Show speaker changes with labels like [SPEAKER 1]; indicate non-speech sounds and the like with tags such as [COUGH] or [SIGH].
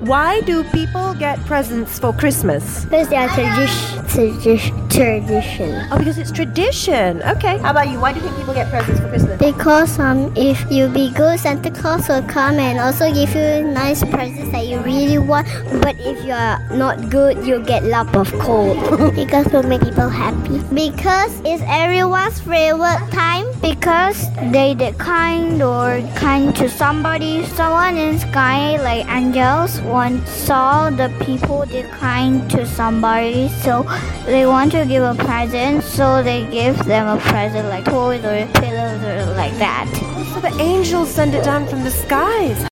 [SPEAKER 1] Why do people get presents for Christmas?
[SPEAKER 2] Because they are tradi- tradi- tradition.
[SPEAKER 1] Oh, because it's tradition. Okay. How about you? Why do you think people get presents for Christmas?
[SPEAKER 2] Because um, if you be good, Santa Claus will come and also give you nice presents that you really want. But if you are not good, you'll get lump of coal. [LAUGHS] because will make people happy. Because it's everyone's favorite time. Because they did kind or kind to somebody. Someone in sky like angels once saw the people did kind to somebody, so they want to give a present. So they give them a present like toys or pillows or like that.
[SPEAKER 1] So the angels send it down from the skies.